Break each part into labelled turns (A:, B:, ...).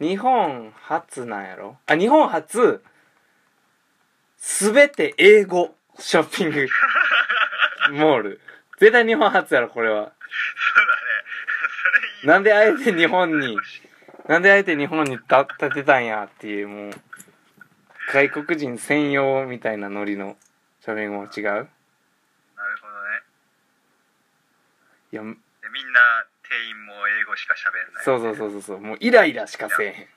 A: 日本初なんやろあ日本初全て英語ショッピン グモール絶対日本初やろこれは
B: そうだね。それいい。
A: なんであえて日本になんであえて日本にた建てたんやっていうもう外国人専用みたいなノリのショッピングモール違う
B: なるほどね。
A: いや
B: でみんな店員も英語しか喋んない。
A: そうそうそうそうそうもうイライラしかせえへん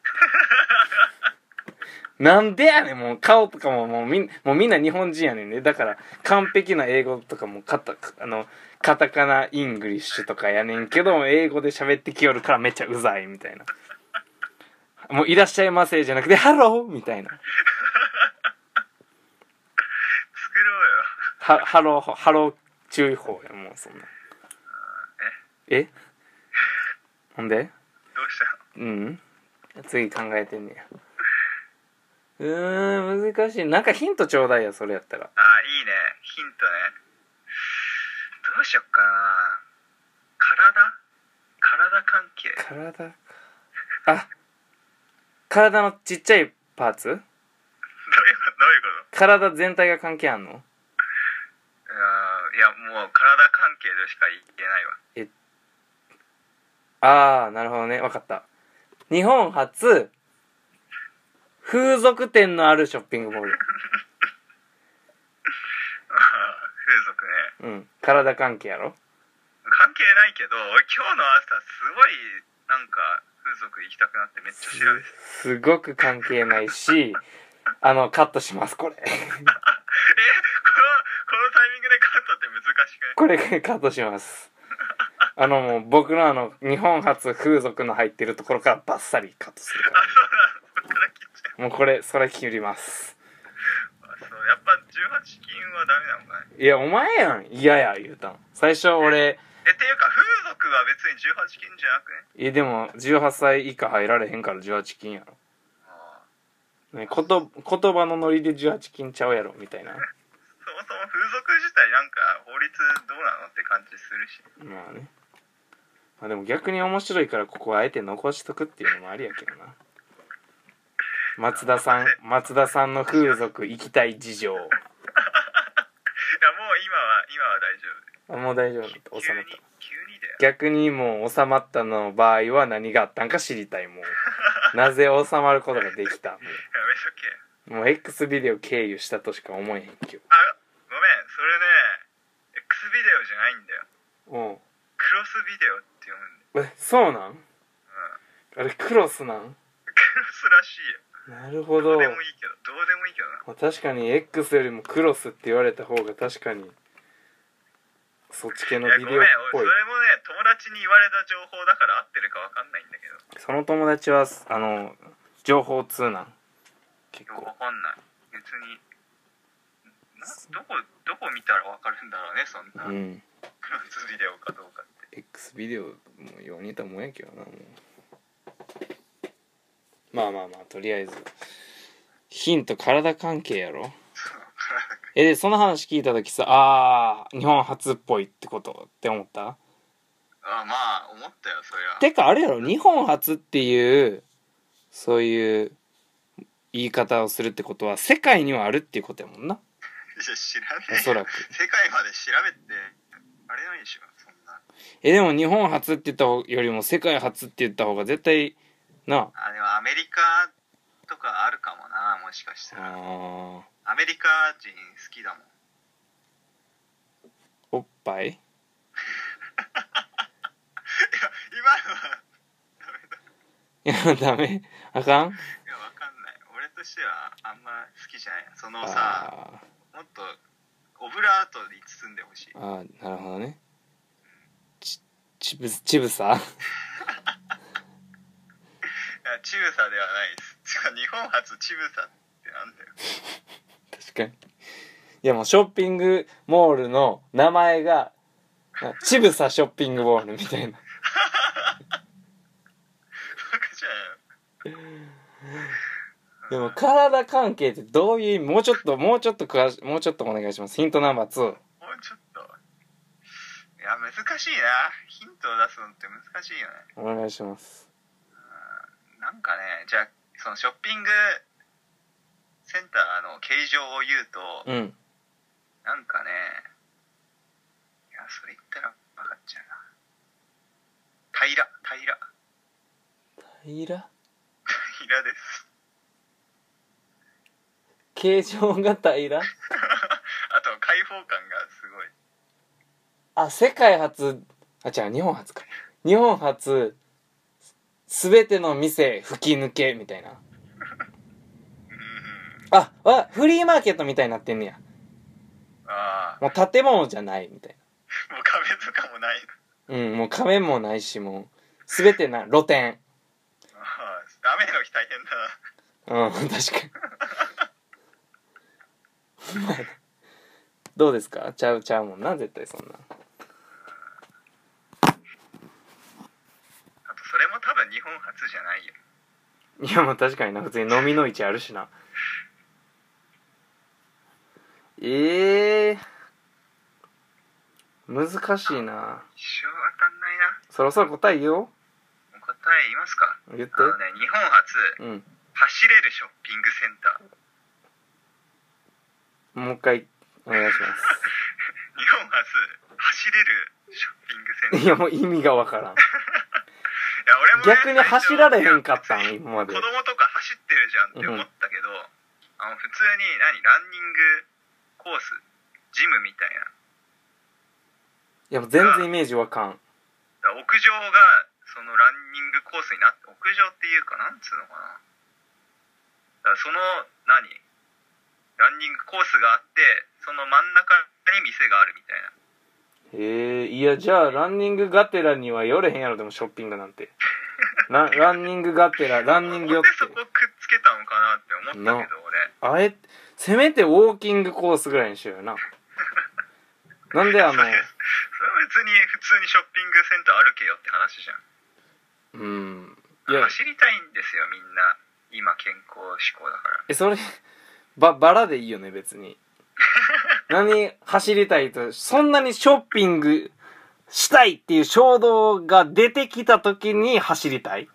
A: なんでやねんもう顔とかももうみんもうみんな日本人やねんねだから完璧な英語とかもカタあのカタカナイングリッシュとかやねんけど英語で喋ってきよるからめっちゃうざいみたいなもう「いらっしゃいませ」じゃなくて「ハロー」みたいな
B: 作ろうよ。
A: 「はハローハロー注意報」やもうそんなえほんで
B: どうしたの
A: うん次考えてんねやうーん難しいなんかヒントちょうだいよそれやったら
B: ああ、いいね。ヒントね。どうしよっかな。体体関係
A: 体かあ体のちっちゃいパーツ
B: どういうことどういうこ
A: 体全体が関係あんの
B: とうんいや、もう体関係でしか言えないわ。
A: ああなるほどねわかった日本初風俗店のあるショッピングモール
B: あー風俗ね。
A: うん体関係やろ
B: 関係ないけど、俺今日の朝すごい、なんか、風俗行きたくなってめっちゃ調 べてた。
A: すごく関係ないしあのカットしますこれ
B: え、この、このタイミングでカットって難しくない
A: これカットします。あのもう僕のあの日本初風俗の入ってるところからバッサリカットするか
B: あ、そうなのそっから切っちゃう。
A: ら。もうこれ、それ切ります。
B: あそう、やっぱ18禁はダメなのかね。
A: いや、お前やん。嫌や、言うたん。最初俺、
B: え、っていうか、風俗は別に18禁じゃなくね
A: いやでも18歳以下入られへんから18禁やろ。
B: ああ
A: ね、こと、言葉のノリで18禁ちゃうやろ、みたいな。
B: そもそも風俗自体なんか法律どうなのって感じするし。
A: まあね。まあでも逆に面白いからここはあえて残しとくっていうのもありやけどな。松田さん、松田さんの風俗行きたい事情。
B: いや、もう今は、今は大丈
A: あもう大丈夫だった。
B: 夫。
A: 収
B: 急
A: まっ
B: に
A: た。、
B: 急にだよ。
A: 逆にもう収まったの場合は何があったんか知りたいも うなぜ収まることができたも
B: やめとけ。
A: うもう X ビデオ経由したとしか思えへんけ
B: あ、ごめん、それね、X ビデオじゃないんだよ。
A: どうん
B: クロスビデオって読むんだよ。
A: えそうなんあれクロスなん
B: クロスらしいよ。
A: なるほ
B: ど
A: ど
B: うでもいいけど、どうでもいいけどな。
A: まあ確かに X よりもクロスって言われた方が確かにそっち系の
B: いや、
A: ビ
B: ご
A: デオ
B: めん
A: っ、ぽ
B: 俺そ
A: い
B: れもね、友達に言われた情報だから合ってるかわかんないんだけど。
A: その友達はあの情報通なん結
B: よく
A: 構
B: わかんない。別に、などこ、どこ見たらわかるんだろうね、そんな。
A: うん
B: クロスビデオかどうかって。
A: X ビデオもようにたもんやけどなもうまあまあまあとりあえずヒント体関係やろえでその話聞いた時さあー日本初っぽいってことって思った
B: あまあ思ったよそりゃ
A: てかあれやろ日本初っていうそういう言い方をするってことは世界にはあるっていうことやもんない
B: や知らね
A: おそ
B: えよ
A: らく
B: 世界まで調べてあれないでしょそんな
A: えでも日本初って言った方よりも世界初って言った方が絶対な
B: あでもアメリカとかあるかもなもしかしたら
A: あー
B: アメリカ人好きだもん
A: おっぱい
B: いや今のはい
A: いや、ダメ。あかん
B: やわかんない俺としてはあんま好きじゃないそのさもっとオブラートに包んでほしい
A: あーあー、なるほどね。ち、ちぶ、ちぶさ
B: いやチブサではないですしかも日本初チブサってなんだよ
A: 確かに。いや、もうショッピングモールの名前が、あちぶさショッピングモールみたいな。
B: バカじゃないよ
A: でも、体関係ってどういう意味もうちょっと、もうちょっと詳し、もうちょっとお願いします。ヒントナンバー2。
B: もうちょっといや難しいなヒントを出すのって難しいよね
A: お願いします。
B: なんかねそのショッピングセンターの形状を言うと、
A: うん
B: なんかね、いや、それ言ったら分かっちゃうな。平、平、
A: 平
B: 平です。
A: 形状が平
B: あと、開放感がすごい。
A: あ世界初あ違う日本初か日本初すべての店吹き抜けみたいな
B: うんうん。
A: あわフリーマーケットみたいになってんねや
B: ああ、
A: もう建物じゃないみたい
B: もう壁とかもない。
A: なうんもう壁もないしもうすべてな露店
B: ああ、雨の日大変だな。
A: うん確かにほんまやなどうですかちゃうちゃうもんな絶対そんな
B: あと、それも多分日本初じゃないよ。
A: いやまあ確かにな普通に飲みの市あるしなええ難しいな
B: 一生当たんないな。
A: そろそろ答え言おう
B: もう答え言いますか
A: 言って
B: あのね、日本
A: う
B: 初、
A: ん
B: 走れるショッピングセンター。
A: もう一回お願いし
B: 日本初、走れるショッピングセンタ
A: ます
B: ー
A: い。やもう意味がわからん
B: いや俺もね
A: 逆に走られへんかった
B: いや
A: ん今まで
B: 子供とか走ってるじゃんって思ったけど、あの普通に何ランニングコースジムみたい
A: いやもう全然イメージわかん
B: なだから屋上がそのランニングコースになって屋上っていうかなんつうのかなだからその何ランニングコースがあってその真ん中に店があるみたいな
A: ええいやじゃあランニングがてらには寄れへんやろでもショッピングなんてラランニングがてらランニング寄
B: な
A: っ
B: んでそ
A: て
B: こくっつけたのかなって思ったけど俺
A: あえせめてウォーキングコースぐらいにしようよななんであの
B: それは別に普通にショッピングセンター歩けよって話じゃん
A: うんいや
B: 走りたいんですよみんな今健康志向だから
A: えそればバラでいいよね別に何走りたいとそんなにショッピングしたいっていう衝動が出てきた時に走りたい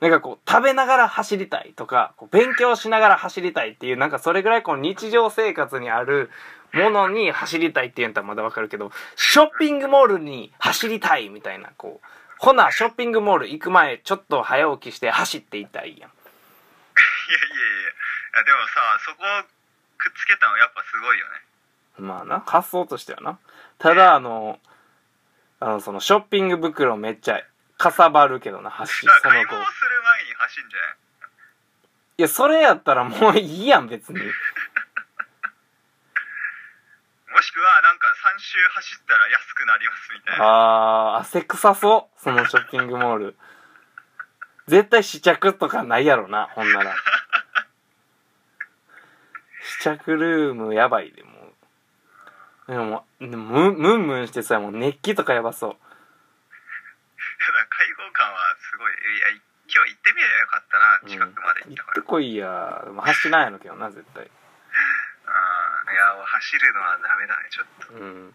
A: なんかこう食べながら走りたいとかこう勉強しながら走りたいっていうなんかそれぐらいこう日常生活にあるものに走りたいっていうんだったらまだわかるけどショッピングモールに走りたいみたいなこうほなショッピングモール行く前ちょっと早起きして走っていたいやん
B: いやいやいやいやでもさそこをくっつけたのやっぱすごいよね
A: まあな発想としてはなただあのあのそのショッピング袋めっちゃかさばるけどな走
B: だ
A: そ
B: から
A: の
B: 買い
A: 子
B: 物する前に走んじゃない
A: いやそれやったらもういいやん別に
B: もしくはなんか3周走ったら安くなりますみたいな
A: あー汗臭そうそのショッピングモール絶対試着とかないやろなほんなら試着ルームやばいでもうでももうでもムンムンムンしてさもう熱気とかやばそう
B: いやだから開放感はすごいいやい今日行ってみればよかったな
A: うん
B: 近くまで行
A: 行
B: った
A: っ
B: か
A: て
B: ら、
A: こいやでも走らんやろけどな絶対
B: ああいやもう走るのはダメだねちょっと
A: うん